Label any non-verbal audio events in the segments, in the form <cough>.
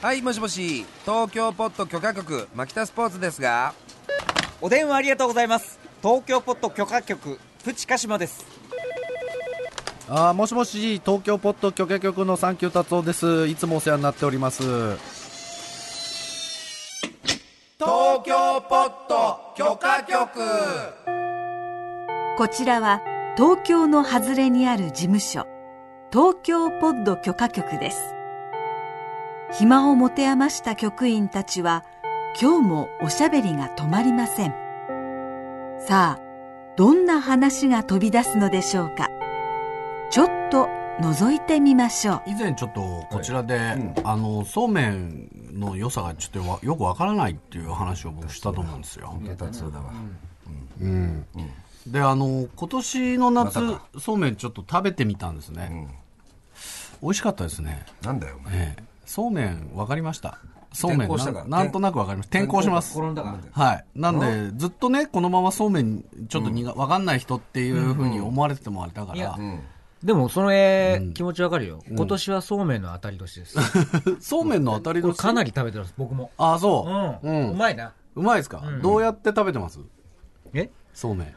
はいもしもし東京ポット許可局牧田スポーツですがお電話ありがとうございます東京ポット許可局プチカシマですあーもしもし東京ポッド許可局のサンキュー達夫ですいつもお世話になっております東京ポット許可局こちらは東京の外れにある事務所、東京ポッド許可局です。暇を持て余した局員たちは、今日もおしゃべりが止まりません。さあ、どんな話が飛び出すのでしょうか。ちょっと覗いてみましょう。以前ちょっとこちらで、あのそうめんの良さがちょっとわよくわからないっていう話を僕したと思うんですよ。であの今年の夏、そうめんちょっと食べてみたんですね。美味しかったですね。なんだよ、お前。ええそうめんわかりました。そうめん転校したかなんなんとなくわかります。転校します。はい。なんで、ずっとね、このままそうめんちょっとにがわかんない人っていうふうに思われててもあれだから、でも、その絵、気持ちわかるよ。今年はそうめんの当たり年 <laughs> です。そうめんの当たりこれ年。かなり食べてます、僕も。あ、うそん。う。うん。うまいな。うまいですか、どうやって食べてますえそうめん。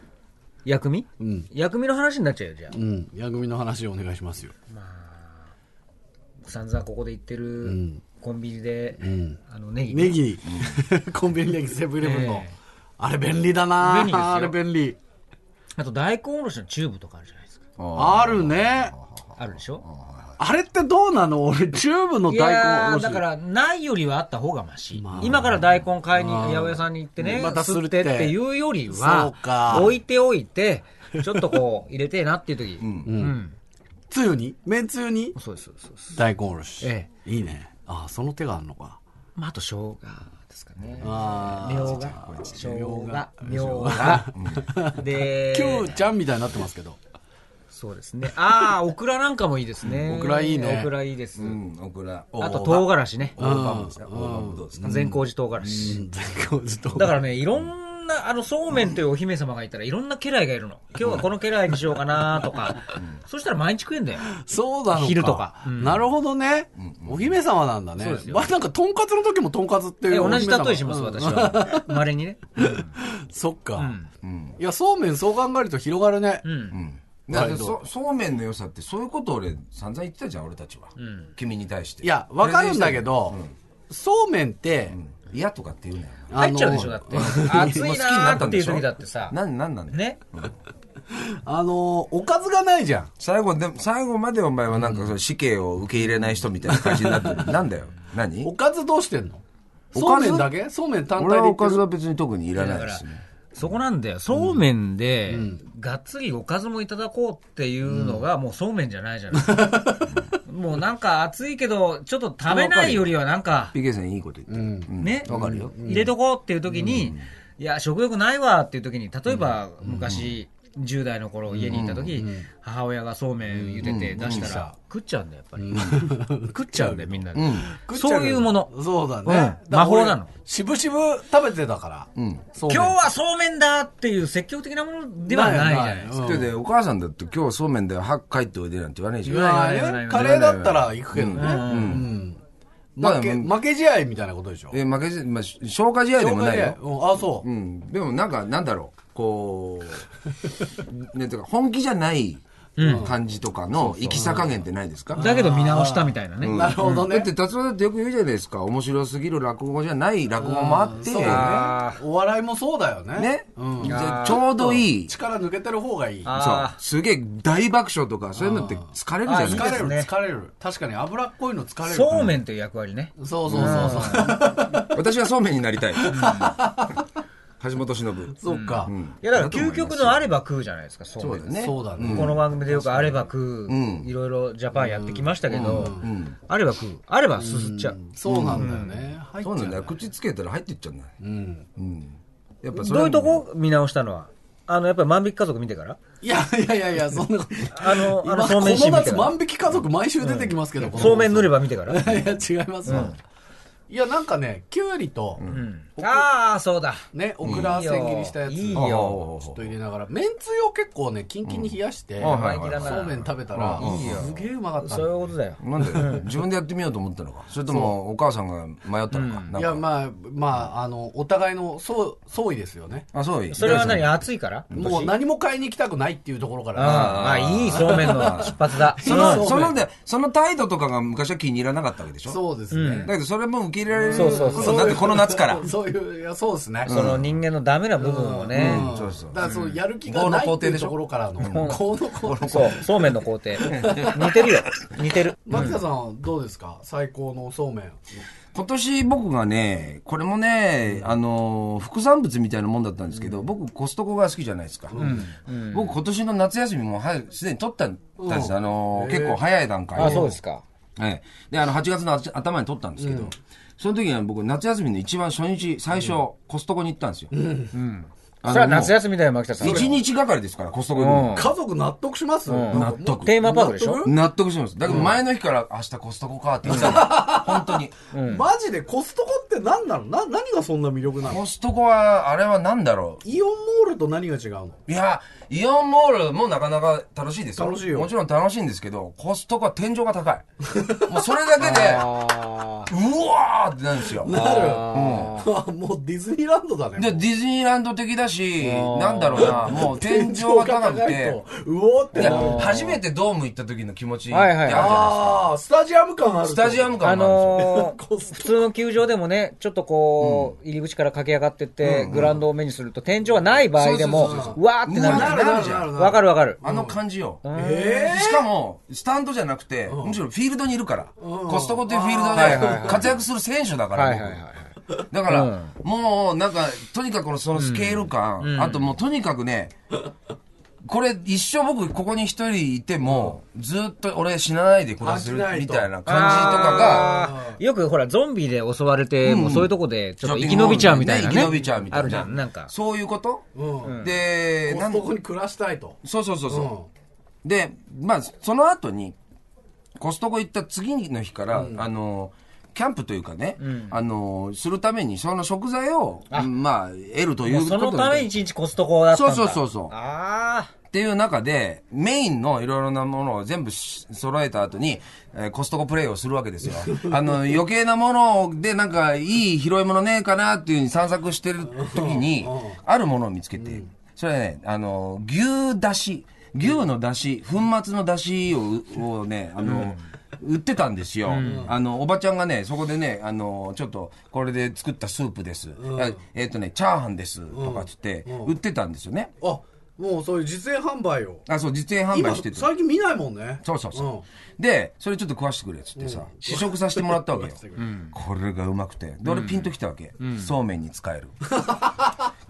薬味うん。薬味の話になっちゃうよ、じゃあう。ん。矢組の話をお願いしますよ。散々ここで行ってるん、コンビニでん、あの、ネギね。ネギ。 <laughs> コンビニネギセブンイレブンのええ。あれ便利だな便利ですよあれ便利。あと、大根おろしのチューブとかあるじゃないですか。あるね。あるでしょあれってどうなの俺、チューブのい大根おやろーし。だから、ないよりはあった方がマシ。今から大根買いに、八百屋さんに行ってね、またする吸っっててっていうよりそうはか、置いておい <laughs> て、ちょっとこう、入れてえなっていう時。うん。つゆにめんつゆにそうです、そうですそうです。大根おろし。えいいね。ああ、その手があるのか。まあ、あと、生姜ですかね。あみょうが、しょうが、みょうが。 <laughs> で、キューちゃんみたいになってますけど。そうですね。ああ、オクラなんかもいいですね。オクラいいねオクラいいですう。ん、オクラ。あと、唐辛子ね。大葉もですか大葉もどうですか善光寺唐辛子。大 <laughs> 根ずっと。だからね、いろんな、あの、そうめんというお姫様がいたらいろんな家来がいるの。今日はこの家来にしようかなとか。そしたら毎日食えんだよ。そうなのか。昼とかうんなるほどね。お姫様なんだね。そうですよまあなんか、とんかつの時もとんかつっていえう。同じ例えします、うん私。は。稀にね。 <laughs> そっうかん。うん。いや、そうめんそう考えると広がるねう。ん。だからそそうめんの良さって、そういうことを俺、散々言ってたじゃん、俺たちは。君に対して。いや、わかるんだけど、そうめんってう、ん。嫌とかって言うなよ。あ入のっちゃうでしょ、だ <laughs> って。暑いなーっていう時だってさ。なん、なんなんだよ。ね。 <laughs> あの、おかずがないじゃん。最後、でも、最後までお前はなんか、その死刑を受け入れない人みたいな感じになってる。なんだよ。何おかずどうしてんのおそうかずめんだけそうめん単体で俺は言おってかずる。は別に特にいらないですね。そこなんだよ。そうめんで、がっつりおかずもいただこうっていうのが、もうそうめんじゃないじゃないですか。 <laughs> もうなんか暑いけど、ちょっと食べないよりはなんか、 PK さんいいこと言ってる。うんね、わかるよ。入れとこうっていう時に、いや、食欲ないわっていう時に、例えば昔、10代の頃家にいた時、母親がそうめん茹でて出したら、食っちゃうんだよ、やっぱり。 <laughs> 食っちゃうんだよ、みんなで。そういうもの。そうだね。うんだから魔法なの俺しぶしぶ食べてたから。今日今日はそうめんだっていう積極的なものではないじゃないですか。だってお母さんだって今日そうめんだよ、はっ帰っておいでなんて言わないじゃん。言わないまあねカレーだったら行くけどね。うん負け、ま負け試合みたいなことでしょえ、負けず、まあ、し消化試合でもないよ。うんあ、そうう。ん。でもなんか、なんだろう、こう、 <laughs> ね、てか本気じゃない感じとかの行きさ加減ってないですかだけど見直したみたいなね。なるほどだっね。て達郎だってよく言うじゃないですか面白すぎる落語じゃない落語もあってそうだね。お笑いもそうだよね。ね、うんじゃあちょうどいいそう力抜けてる方がいい。疲あすげえ大爆笑とかそういうのって疲れるじゃないですあーかれる、いいですね疲れる。確かに脂っこいの疲れる。そうめんという役割ね。そうそうそうそう。私はそうめんになりたい橋本忍 <laughs> そっか。いやだから究極のあれば食うじゃないですか、そうそめうんだっねそうだて。ね。この番組でよくあれば食う、んいろいろジャパンやってきましたけど、あれば食う、あればすすっちゃう。そうなんだよね。入っそうなんちだゃよ口つけたら入っていっちゃうんだよ、うん。やっぱそれどういうとこ見直したのはあの、やっぱり万引き家族見てからいやいやいやいや、そんなこと。あの、あ今の、こそうめんシーンの見て夏か万ら。引き家族毎週出てきますけど、この <laughs> そうめん塗れば見てから。いや、違いますよ。いや、なんかね、きゅうりと、ああ、そうだ。ね、オクラ千切りしたやつ。いいああよ。ちょっと入れながら、めんつゆを結構ね、キンキンに冷やして、んはいはいはいそうめん食べたら、いいよすげえうまかったそういうことだよ。なんで自分でやってみようと思った <laughs> のかそれともお母さんが迷ったのかなんかいや、まあ、まあ、あの、お互いの相相違ですよね。あそうそれは何あ暑いからもう何も買いに行きたくないっていうところかうんら、あ、いいそうめんの出発だ。そのそのでその態度とかが昔は気に入らなかったわけでしょそうですね。だけどそれも受け入れられるそうそうこそうとになってこの夏から <laughs> そういう、いや、そうですね。その人間のダメな部分をね。うんそうそうだから、そのやる気がないっていうところからの、この工程。そう、そうめんの工程。似てるよ。似てる。松田さんはどうですか最高のそうめん。今年僕がね、これもね、あの、副産物みたいなもんだったんですけど、僕コストコが好きじゃないですか。僕今年の夏休みもはすでに取ったんです、あの、結構早い段階で。あ、そうですか。ええで、あの、8月の頭頭に取ったんですけど、その時には僕夏休みの一番初日、最初、コストコに行ったんですよ。うんあそれは夏の休みだよ、牧田さん。もう一日がかりですから、コストコに行くの家族納得します納得。テーマパークでしょ納得します。だけど前の日から明日コストコかって言ってたの <laughs> 本当に。マジでコストコって何なのな何がそんな魅力なのコストコは、あれは何だろう。イオンモールと何が違うのいや、イオンモールもなかなか楽しいですよ。楽しいよもちろん楽しいんですけど、コストコは天井が高い。 <laughs> もうそれだけで、うわーってなるんですよ。なる。うん <laughs> もうディズニーランドだね。で、デもうィズニーランド的だし、なんだろうな、もう天井が高く <laughs> て天井が、高いとうおーっいてなやる。、初めてドーム行った時の気持ちってあはるいじゃなはいいですか。ああ、スタジアム感ある。スタジアムあ感もあるんですよ。の <laughs> ーコスト普通の球場でもね、ちょっとこう、入り口から駆け上がってって、グラウンドを目にすると、天井がない場合でもそうそうそう、そううわーってなるじなゃるんなるなるなる。わかるわかる。あの感じよ。えしかも、スタンドじゃなくて、むしろフィールドにいるから、コストコっていうフィールドで活躍する選手だから、はいはいはい僕だから、もうなんか、とにかくこのそのスケール感、あともうとにかくね、これ一生僕ここに一人いても、ずっと俺死なないで暮らせる飽きないとみたいな感じとかが、あーよくほら、ゾンビで襲われて、もうそういうとこで、ちょっと生き延びちゃうみたいなね。ね生き延びちゃうみたいなあるじゃん、なんか。そういうこと、うで、コなスんトコに暮らしたいと。そうそうそうそう。で、まあ、その後に、コストコ行った次の日から、あの、キャンプというかね、あの、するために、その食材を、まあ、得るというもこうとそのためにで一日コストコだったんだそうそうそうそうああ。っていう中で、メインのいろいろなものを全部し揃えた後に、えーコストコプレイをするわけです <laughs> よ。あの、余計なもので、なんか、いい拾い物ねえかなっていうふうに散策してる時に、あるものを見つけて、それはね、あの、牛だし、牛のだし、粉末のだしを、をね、あの、売ってたんですよ、あのおばちゃんがねそこでねあのちょっとこれで作ったスープです、あえっ、とねチャーハンですとかっつって売ってたんですよね、あ、もうそういう実演販売を。あそう実演販今、売してて最近見ないもんね。そうそうそう。で、それちょっと食わしてくれっつってさ、試食させてもらったわけよ。これがうまくて。で、俺ピンときたわけ。そうめんに使え <laughs> る。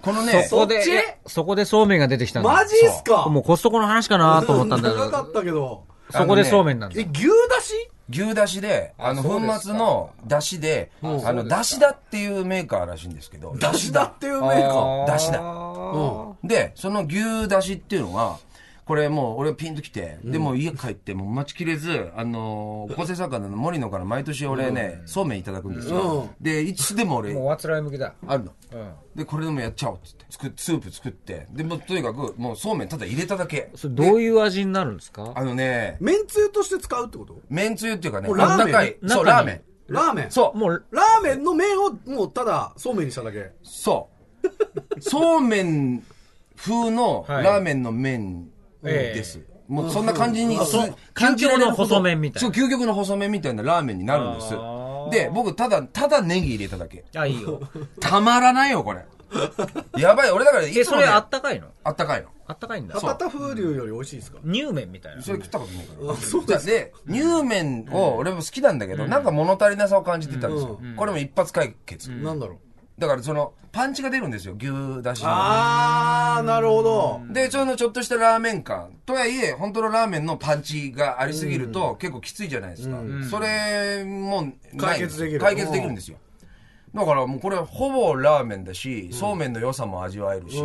このね、そこで、いやそこでそうめんが出てきたんだマジっすかもうコストコの話かなと思ったんだけ <laughs> 長かど、ったけど。そこでそうめんなんだえ、。牛だし牛だしで、あの、粉末のだしで、あの、だしだっていうメーカーらしいんですけど、だしだっていうメーカーだしだ。で、その牛だしっていうのは、これもう俺ピンときて、でもう家帰ってもう待ちきれず、あのー、構成作家の森野から毎年俺ね、そうめんいただくんですよ。で、いつでも俺もう、おあつらい向きだ。あるの、でこれでもやっちゃおうっつって作っスープ作ってでもうとにかくもうそうめんただ入れただけそれどういう味になるんですかあのねめんつゆとして使うってことめんつゆっていうかねもうあラっーメンたかいそうラーメンラーメン。そうもう、ラーメンの麺をもうただそうめんにしただけ。そうそうめん風のはいラーメンの麺です、もうそんな感じに、す感じられるほど究極の細麺みたいそなう究極の細麺みたいなラーメンになるんですで僕ただただネギ入れただけあ、いいよ。 <laughs> たまらないよこれやばい俺だからいえ、つそも、れね、ああったかいのったかいのあったかいんだ。博多風流より美味しいですか乳麺みたいな。それ食ったことないから。そうです。で、乳麺を俺も好きなんだけど、なんか物足りなさを感じてたんですよ。これも一発解決。なんだろう。だからその、パンチが出るんですよ、牛だしの。あー、なるほど。で、そのちょっとしたラーメン感。とはいえ、本当のラーメンのパンチがありすぎると結構きついじゃないですか。それもない解決できる解決できるんですよ。だからもうこれほぼラーメンだし、そうめんの良さも味わえるし、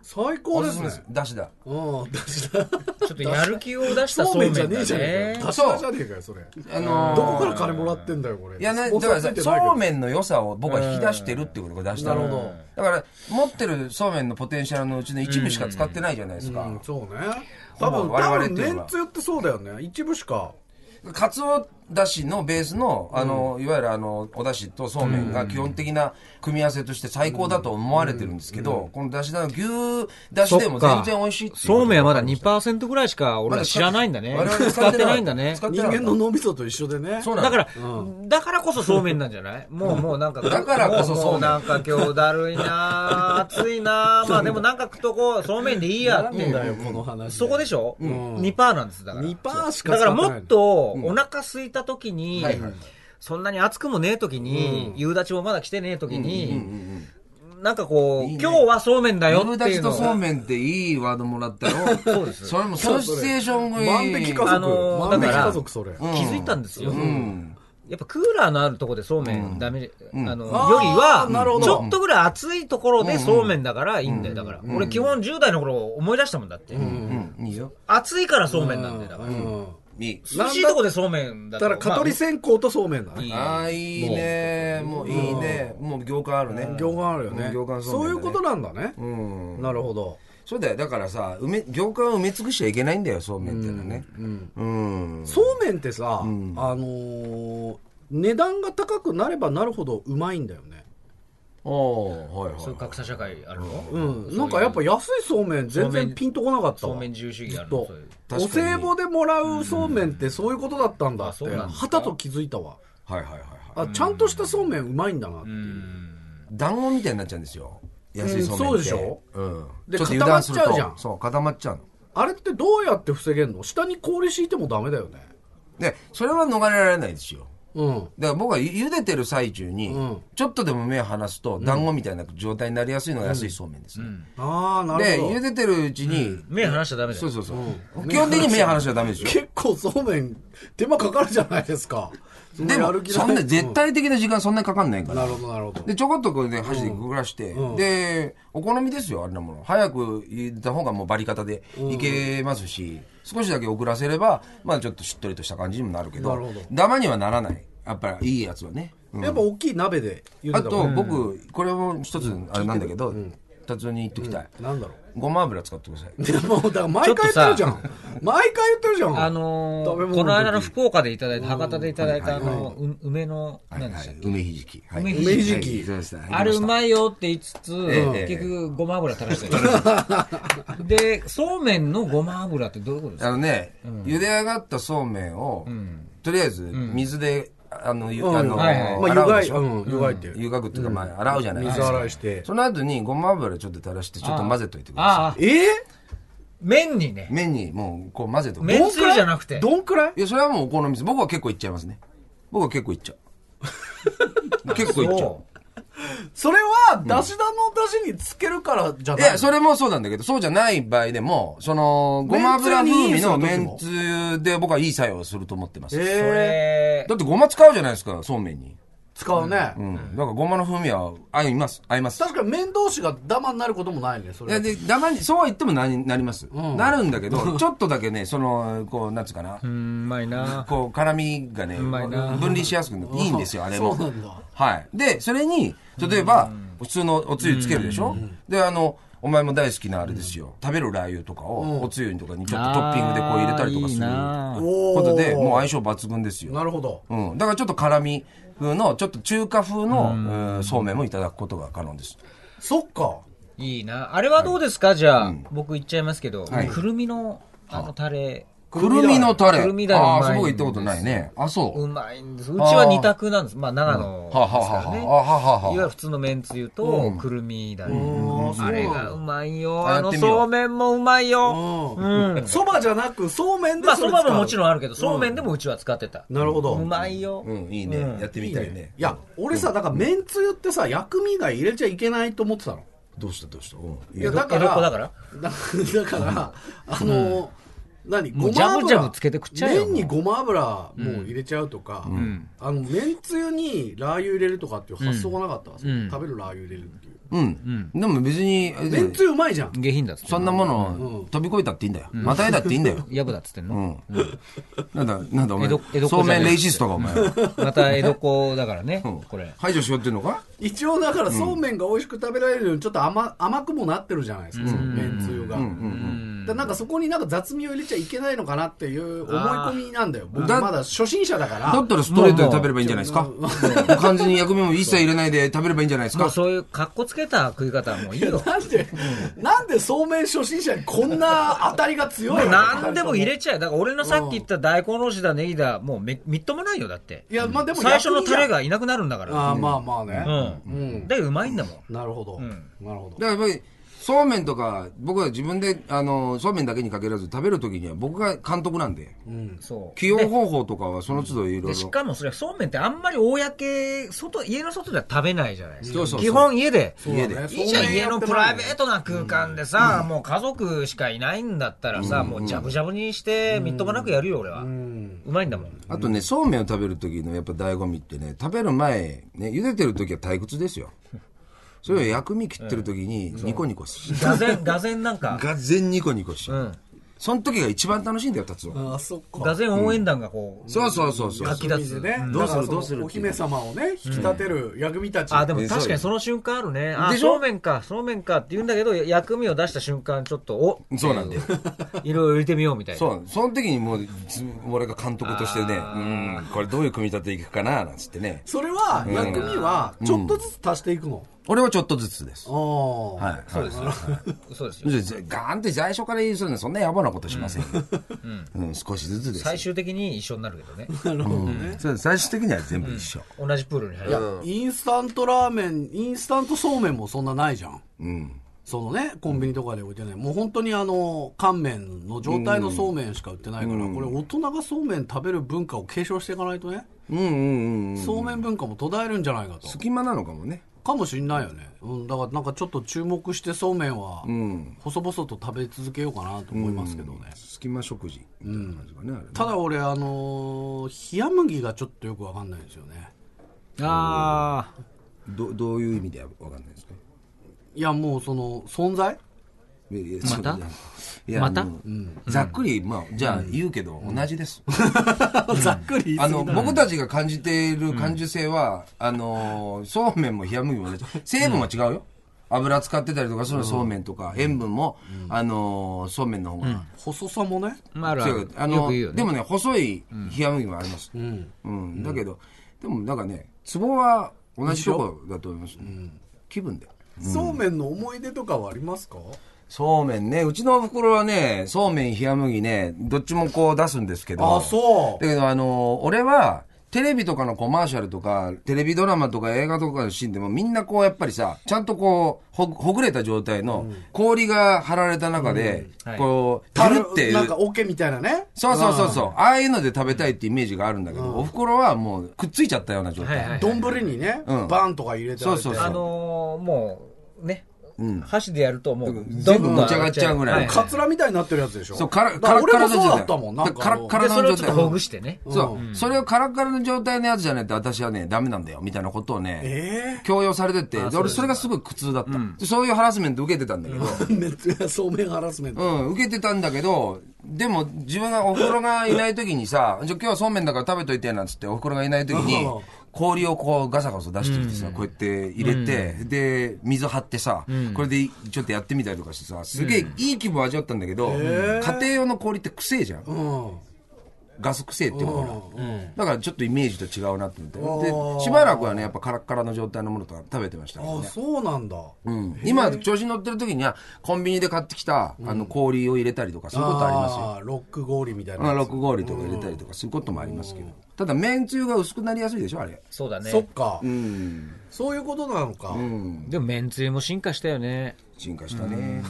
最高ですねおすすめだしだうん出したちょっとやる気を出したそうそうめめんんだじゃねえじゃねねえか。出したじゃねえかよ、それ。あのーどこから金もらってんだよ、これ。いやね、だスポンかサーらついさてないけどそうめんの良さを僕は引き出してるってことが出したのなるほどだから、持ってるそうめんのポテンシャルのうちの一部しか使ってないじゃないですか。うん、そうね。多分、我多々分、っていうのめはんつゆってそうだよね。一部しか。かつおだしのベースの、あの、いわゆるあの、おだしとそうめんが基本的な組み合わせとして最高だと思われてるんですけど、このだしだの牛だしでも全然美味しいっていそうめんはまだ日2%ぐらいしか俺ら知らないんだね。我々使ってないんだね使。って人ない間の脳みそと一緒でね。そうなんだだから、だからこそそうめんなんじゃ <laughs> ないもうもうなんか、だからこそそうめんももなんか今日だるいなぁ暑いなぁまあでもなんか食っとこう、そうめんでいいやっていう。だよ、この話。そこでしょ、う ?2% なんです、だから。 2%しかだからも使ってないとお腹空いた時に、そんなに暑くもねえ時に、夕立もまだ来てねえ時に、なんかこう、いいね今日はそうめんだよ牛ってだいしうとのそうを。めんっていいワードもらったよ。そうです。それも、そのシチュエーションがいい。万引き家族。あのー万引きだから家族、それ。気づいたんですよ、うん。やっぱクーラーのあるところでそうめんダメ、んあの、よあーりはなるほ、どちょっとぐらい暑いところでそうめんだからいいんだよ。だから、俺基本10代の頃思い出したもんだって。うん。いいよ。暑いからそうめんなんだよ。だから、うん。いい。涼しいとこでそうめんだだとから、蚊取り線香とそうめんだね。ああ、いいね。もういいね。もう行間あるね。行間あるようねん行間。そうそうめんだねいうことなんだね。うん。なるほど。そうだよ。だからさ、埋め、行間を埋め尽くしちゃいけないんだよ、そうめんってのはね。うん。そうめんってさ、あのー、値段が高くなればなるほどうまいんだよね。ああ、はいはい。そういう格差社会あるの、うん。なんかやっぱ安いそうめん全然ピンとこなかったそわ。うめん自由主義あるのとそういう。確かにお歳暮でもらうそうめんってそういうことだったんだあって、そうなんですかはたと気づいたわはいはいはいはい。あちゃんとしたそうめんうまいんだなっていう、団子みたいになっちゃうんですよ。安いそうめんって。うんそうでしょうん。でちょっと油断すると固まっちゃうじゃんそう、固まっちゃうの。あれってどうやって防げんの下に氷敷いてもダメだよねで、それは逃れられないですよ。うんだから僕はゆ茹でてる最中に、んちょっとでも目を離すと、団子みたいな状態になりやすいのが安いそうめんですね。ああなで、るほ茹どでてるうちに、目離しちゃダメだそよう。そうそう。基本的に目離しちゃダメですよ。結構そうめん手間かかるじゃないですかでも、そんな絶、対的な時間そんなにかかんないかうんらな。るほどなるほどで、ちょこっとこれで箸でくぐらして、で、お好みですよ、あんなもの。早く入れた方がもうバリ方でいけますし、少しだけ遅らせれば、まあちょっとしっとりとした感じにもなるけど、なるほどダマにはならない。やっぱりいいやつはね。うんやっぱ大きい鍋で茹でたあ方がと、僕、これも一つ、あれなんだけど、達夫に言っときたい。なんだろごま油使ってください。うでもだから毎回言ってるじゃん毎回言ってるじゃんあの食べー物の時この間の福岡でいただいた、博多でいただいた、あの、う梅の、はい何ではしたっいけ、梅ひじき。はい梅ひじきはいそうでしたあれうい。まいよって言いつつ、ええ結局ごま油垂らして <laughs> る。で、そうめんのごま油ってどういうことですあかのね、茹で上がったそうめんを、とりあえず水で、あの、ゆうんあの、はいはいまあ洗湯うがでいしうょん湯がいって湯がくっていうか、まあ、洗うじゃないです水か。洗いしてその後にごま油ちょっと垂らして、ちょっと混ぜといてくださああ、えー麺にね。い。麺にもう、こう混ぜてください。麺つゆじゃなくて。どんくらいいや、それはもうお好みです。僕は結構いっちゃいますね。僕は結構いっちゃ <laughs> う。結構いっちゃう。それは、だしだのだしにつけるからじゃいないや、それもそうなんだけど、そうじゃない場合でも、その、ごま油風味のめんつゆで僕はいい作用をすると思ってます。だそれ、ってごま使うじゃないですか、そうめんに。使うね。うん。だからごまの風味は合います。合います。確かに麺同士がダマになることもないね、そいやれ。で、たまに、そうは言ってもなになります。なるんだけど、ちょっとだけね、その、こう、なんつうかなう。ん、うまいな。こう、辛みがね、まいな分離しやすくなっていいんですよ、あれも。そうなんだはい。で、それに、例えば、普通のおつゆつけるでしょで、あの、お前も大好きなあれですよ。食べるラー油とかを、おつゆとかにちょっとトッピングでこう入れたりとかするあーいいなことで、もう相性抜群ですよ。なるほど。うん。だからちょっと辛み風の、ちょっと中華風の、うんそうめんもいただくことが可能です。そっか。いいな。あれはどうですかじゃあ、僕言っちゃいますけど、くるみの、あの、タレ。くるみのタレ。くるみだれああうまいんー、そこ行っですたことないね。あ、そう。うまいんです。うちは二択なんです。まあ、長野はあはですあからね。はあはあはあはいわあゆはる普通のめんつゆと、くるみだれ。あれがうまいよ。ああやっの、てみようそうめんもうまいよ。ううん。ん。そばじゃなく、そうめんでまあ、それそ使うばももちろんあるけど、そうめんでもうちは使ってた。なるほうど。まいよ。うん、いいね。やってみたいね。いや、俺さ、だから麺つゆってさ、薬味以外入れちゃいけないと思ってたの。どうしたどうしたうん。いや、だか江戸っら、子だからだだ <laughs> から、あの、何もごうジャまブ油ジャブつけて食っちゃえよ麺にごま油もう入れちゃうとか、あの、麺つゆにラー油入れるとかっていう発想がなかったわ、その食べるラー油入れるっていう。うん。でも別に、めんつゆうまいじゃん。下品だっつってそんなもの飛び越えたっていいんだよ。またえだっていいんだ <laughs> よ。やぶだっつってんうの、ん。なんだ、なんだお前江戸江戸っ子じそゃねえ、うめんレイシストかお前は。また江戸っ子だからね、うんこれ排除しようっていうのか一応だからそうめんが美味しく食べられるようにちょっと甘甘くもなってるじゃないですか、そのめんつゆが。だからなんかそこになんか雑味を入れちゃいけないのかなっていう思い込みなんだよ。僕だまだ初心者だから。だったらストレートで食べればいいんじゃないですか。完全に薬味も一切入れないで食べればいいんじゃないですもうか。そういう格好つけた食い方はもういいよなんで、なんでそうめん初心者にこんな当たりが強いの何でも入れちゃえだから俺のさっき言った大根おろしだネギだもうめみっともないよだっていや、まあでも最初のタレが。がいなくなるんだかあらあ、まあまあね。うん、うんだけどうまいんだもんなるほど。んなるほだど。からやっぱり、そうめんとか、僕は自分で、あの、そうめんだけに限らず食べるときには僕が監督なんで、そう起用方法とかはその都度いろいろ。でしかもそれそうめんってあんまり公外家の外では食べないじゃないですかそうそうそう基本家でそうだねいいじゃんそうめん家やのってプもらラうイベートな空間でさ、もう家族しかいないんだったらさ、もうじゃぶじゃぶにしてみっともなくやるよ俺は、うまいんだもんあとね、そうめんを食べる時のやっぱ醍醐味ってね、食べる前、ね、茹でてる時は退屈ですよ。それを薬味切ってる時にニコニコする。がぜんがぜんなんかがぜんニコニコしうる。んその時が一番楽しいんだよ、達夫。あ、そっか。がぜん応援団がこう、そうそうそうそう。かきそ出ういう意味すでね、どうするだからそのどうするっていうお姫様をね、引き立てる薬味たち。あでもえ確かにそその瞬間あるねあでしょそうめんかそうめんかって言うんだけど薬味を出した瞬間ちょっとおっていそうなんだよいろいろ入れてみようみたいなそう、その時にもう、ず俺が監督としてね、うん、これどういう組み立ていくかな、なんつってね。それは、薬味は、ちょっとずつ足していくの。俺はちょっとずつです。はああ。い。そうです。そうですよガーンって最初から言うするのそんな野暮なことしませんよ。うん、少しずつです。最終的に一緒になるけどねうんそう最終的には全部一緒。同じプールに入いやる、インスタントラーメン、インスタントそうめんもそんなないじゃん。うん。そのね、コンビニとかで置いてない。もう本当にあの、乾麺の状態のそうめんしか売ってないから、これ大人がそうめん食べる文化を継承していかないとね、うんうんうんうん。そうめん文化も途絶えるんじゃないかと。隙間なのかもね。かもしんないよね。うん、だからなんかちょっと注目してそうめんは、細々と食べ続けようかなと思いますけどね。隙間食事みたいな感じかね、あれねただ俺、あのー冷麦がちょっとよくわかんないんですよね。ああどどういう意味でわかんないですかいや、もうその、存在またいやまたあのざっくり、まあ、じゃあ言うけど、同じです。 <laughs> ざっくり言いあ過の、ぎ僕たちが感じている感受性は、あの、そうめんも冷麦もね、成分は違うよ。油使ってたりとか、そのそうめんとか、塩分も、あの、そうめんの方が細さもね。まああるあ強いる。あよの、く言うよねでもね、細い冷麦もあります。うん。だけど、でもなんかね、ツボは同じとこだと思います。気分で。そうめんの思い出とかはありますかそうめんね。うちのお袋はね、そうめん、冷麦ね、どっちもこう出すんですけど。あそうだけど、あの、俺は、テレビとかのコマーシャルとか、テレビドラマとか映画とかのシーンでもみんなこうやっぱりさ、ちゃんとこう、ほほぐれた状態の氷が張られた中で、はいこう、たたるるって、なんか桶みたいなね。そうそうそうそう、ああいうので食べたいってイメージがあるんだけど、お袋はもうくっついちゃったような状態。はいはい丼にね、うんバンとか入れてあげてそうそうそうあのーもうね、ん箸でやるともう全部持ち上がっちゃうぐらいはカツラみたいになってるやつでしょそう、から、だから、俺体もそのう状だ態ったもんなんかから、あので体それの状をちょっ態と。ほぐしてねそう、それをカラカラの状態のやつじゃないと私はね、ダメなんだよ、みたいなことをね、え強要されてて、で俺それがすごい苦痛だった、でそういうハラスメント受けてたんだけど、え <laughs> めっちゃそうめんハラスメンうト、ん、受けてたんだけど、でも自分がお袋がいない時にさ、じゃあ今日はそうめんだから食べといて、なんつってお袋がいない時にうん、氷をこうガサガサ出してきてさ、こうやって入れて、で、水張ってさ、これでちょっとやってみたりとかしてさ、すげえいい気分味わったんだけど、家庭用の氷ってくせえじゃん。うんガス臭いっていうのかな、だからちょっとイメージと違うなって思ってあーでしばらくはねやっぱカラッカラの状態のものとか食べてましたけあどあねそうなんだ、うん、今調子に乗ってる時にはコンビニで買ってきた、あの氷を入れたりとかそういうことありますよあーロック氷みたいなまあ、やつロック氷とか入れたりとかすることもありますけど、ただめんつゆが薄くなりやすいでしょあれそうだねそっか、うんそういうことなのか、でもめんつゆも進化したよね進化したね、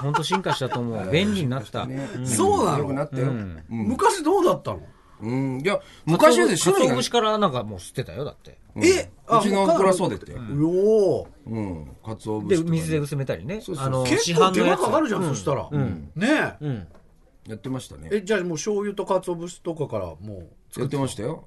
本当進化した <laughs> と思う便利になった、うんそうなのよくなったよ、うん昔どうだったの、うんいや昔はでし種ょ類が節からなんかもう吸ってたよだってえうちのおふくろはそうだったようおーうんかつおで節とかね水で薄めたりねうそうあの結市構販手のや間つかかるじゃん、そしたら、ねえやってましたねえじゃあもう醤油と鰹節とかからもう作ってましたよ。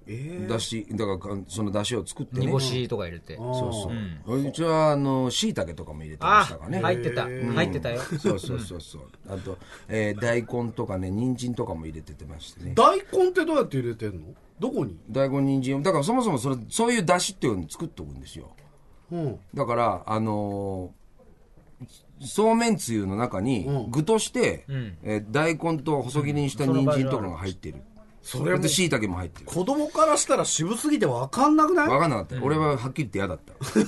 だし、だから、そのだしを作ってね。煮干しとか入れて。そうそう。うちは、あの、椎茸とかも入れてましあたからね。入ってた。入ってたよ。そうそうそうそう。あと、えー大根とかね、人参とかも入れててましてね。大根ってどうやって入れてんのどこに大根、人参をだからそもそもそれ、そういう出汁っていうのを作っておくんですよ。うんだから、あのーそうめんつゆの中に具として、えー大根と細切りにした人参とかが入ってる。それと椎茸も入ってる。子供からしたら渋すぎて分かんなくないわかんなかった。俺ははっきり言って嫌だ <laughs> った。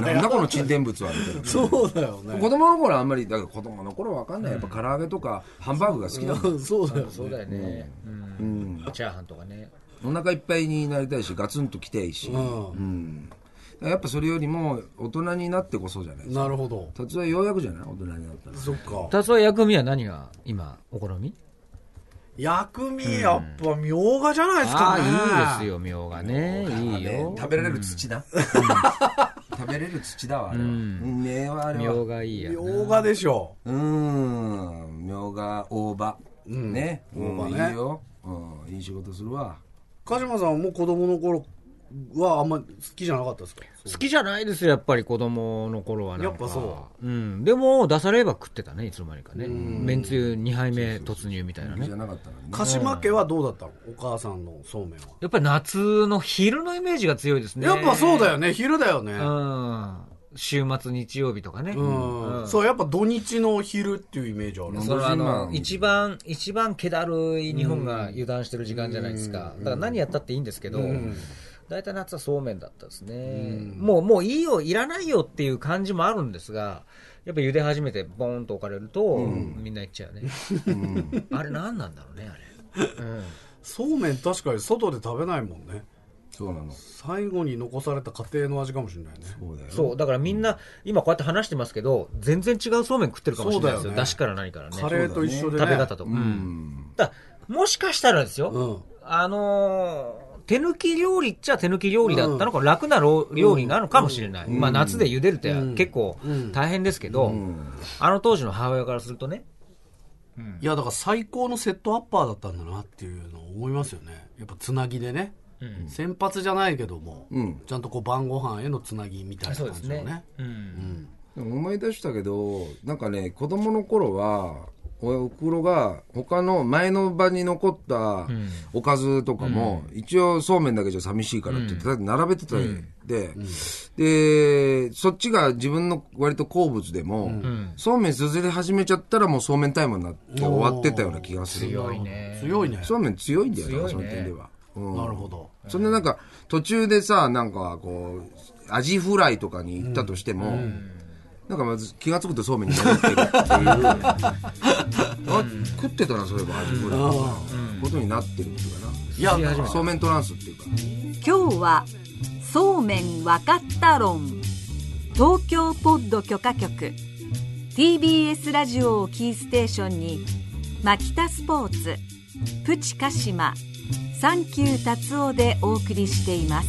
なんだこの沈殿物はみたいな。そうだよね子供の頃はあんまり、だから子供の頃はわかんない。やっぱ唐揚げとかハンバーグが好きだもん。そうだよそうだよね。うん。チャーハンとかね。お腹いっぱいになりたいし、ガツンときたいし。うんやっぱそれよりも大人になってこそじゃないですか。なるほど達はようやくじゃない大人になったら。そっかたつは薬味は何が今、お好み薬味やっぱみょうがじゃないですかあねあ、いいですよ、みょうがね。いいよ。食べられる土だ。食べれる土だわ、あれは。うん、ねえわ、あれみはょ。うがいいやみ。ょうがでしょうーん、みょうが、大葉。ね。うん、いいよ。うん、いい仕事するわ。鹿島さんはもう子供の頃はあんま好きじゃなかったですか好きじゃないですよ、やっぱり子供の頃はなんか。。やっぱそうん。でも、出されれば食ってたね、いつの間にかね。めんつゆ2杯目突入みたいなねじゃ。なかったのにね。鹿島家はどうだったのお母さんのそうめんはやっぱり夏の昼のイメージが強いですね。やっぱそうだよ。よね昼だよねうん。週末日曜日とかね。うんんそうやっぱ土日の昼っていうイメージあるそのあの今一番、一番気だるい日本が油断してる時間じゃないですか。だから何やったっていいんですけど、大体夏はそうめんだったですね。もう、もういいよ、いらないよっていう感じもあるんですが、やっぱ茹で始めてボーンと置かれると、みんな行っちゃうね。あれ何なんだろうね、あれ。うんそうめん確かに外で食べないもんねそうなの。最後に残された家庭の味かもしれないねそうだよ。そう、だからみんな、今こうやって話してますけど、全然違うそうめん食ってるかもしれないですそうよ。だよね出汁から何からね。カレーと一緒でね食べ方とか。うん。だからもしかしたらですよ、うんあのー手抜き料理っちゃ手抜き料理だったのか、楽なろ料理なのかもしれない。まあ夏で茹でるって結構大変ですけど、あの当時の母親からするとね、いやだから最高のセットアッパーだったんだなっていうのを思いますよねやっぱつなぎでね、先発じゃないけども、うんちゃんとこう晩ご飯へのつなぎみたいなそう感ですじのねね。うん。でも思い出したけど、なんかね、子供の頃は、おふくろが他の前の場に残ったおかずとかも、一応そうめんだけじゃ寂しいからって言って、並べてたんで、で、そっちが自分の割と好物でも、そうめんすずり始めちゃったらもうそうめんタイムになって終わってたような気がする。強いね。強いねそうめん強いんだよ、だからそ強のいね点では。うんなるほどそんななんか、途中でさ、なんかこう、アジフライとかに行ったとしても、なんかまず気がつくとそうめんに戻ってるって <laughs> いう。あ、食ってたな、そういえばアジフライとか、ことになってるっていうかいやな。そうめんトランスっていうか。今日はそうめんわかった論東京ポッド許可局 TBS ラジオをキーステーションにマキタスポーツプチカシマサンキュー達夫でお送りしています。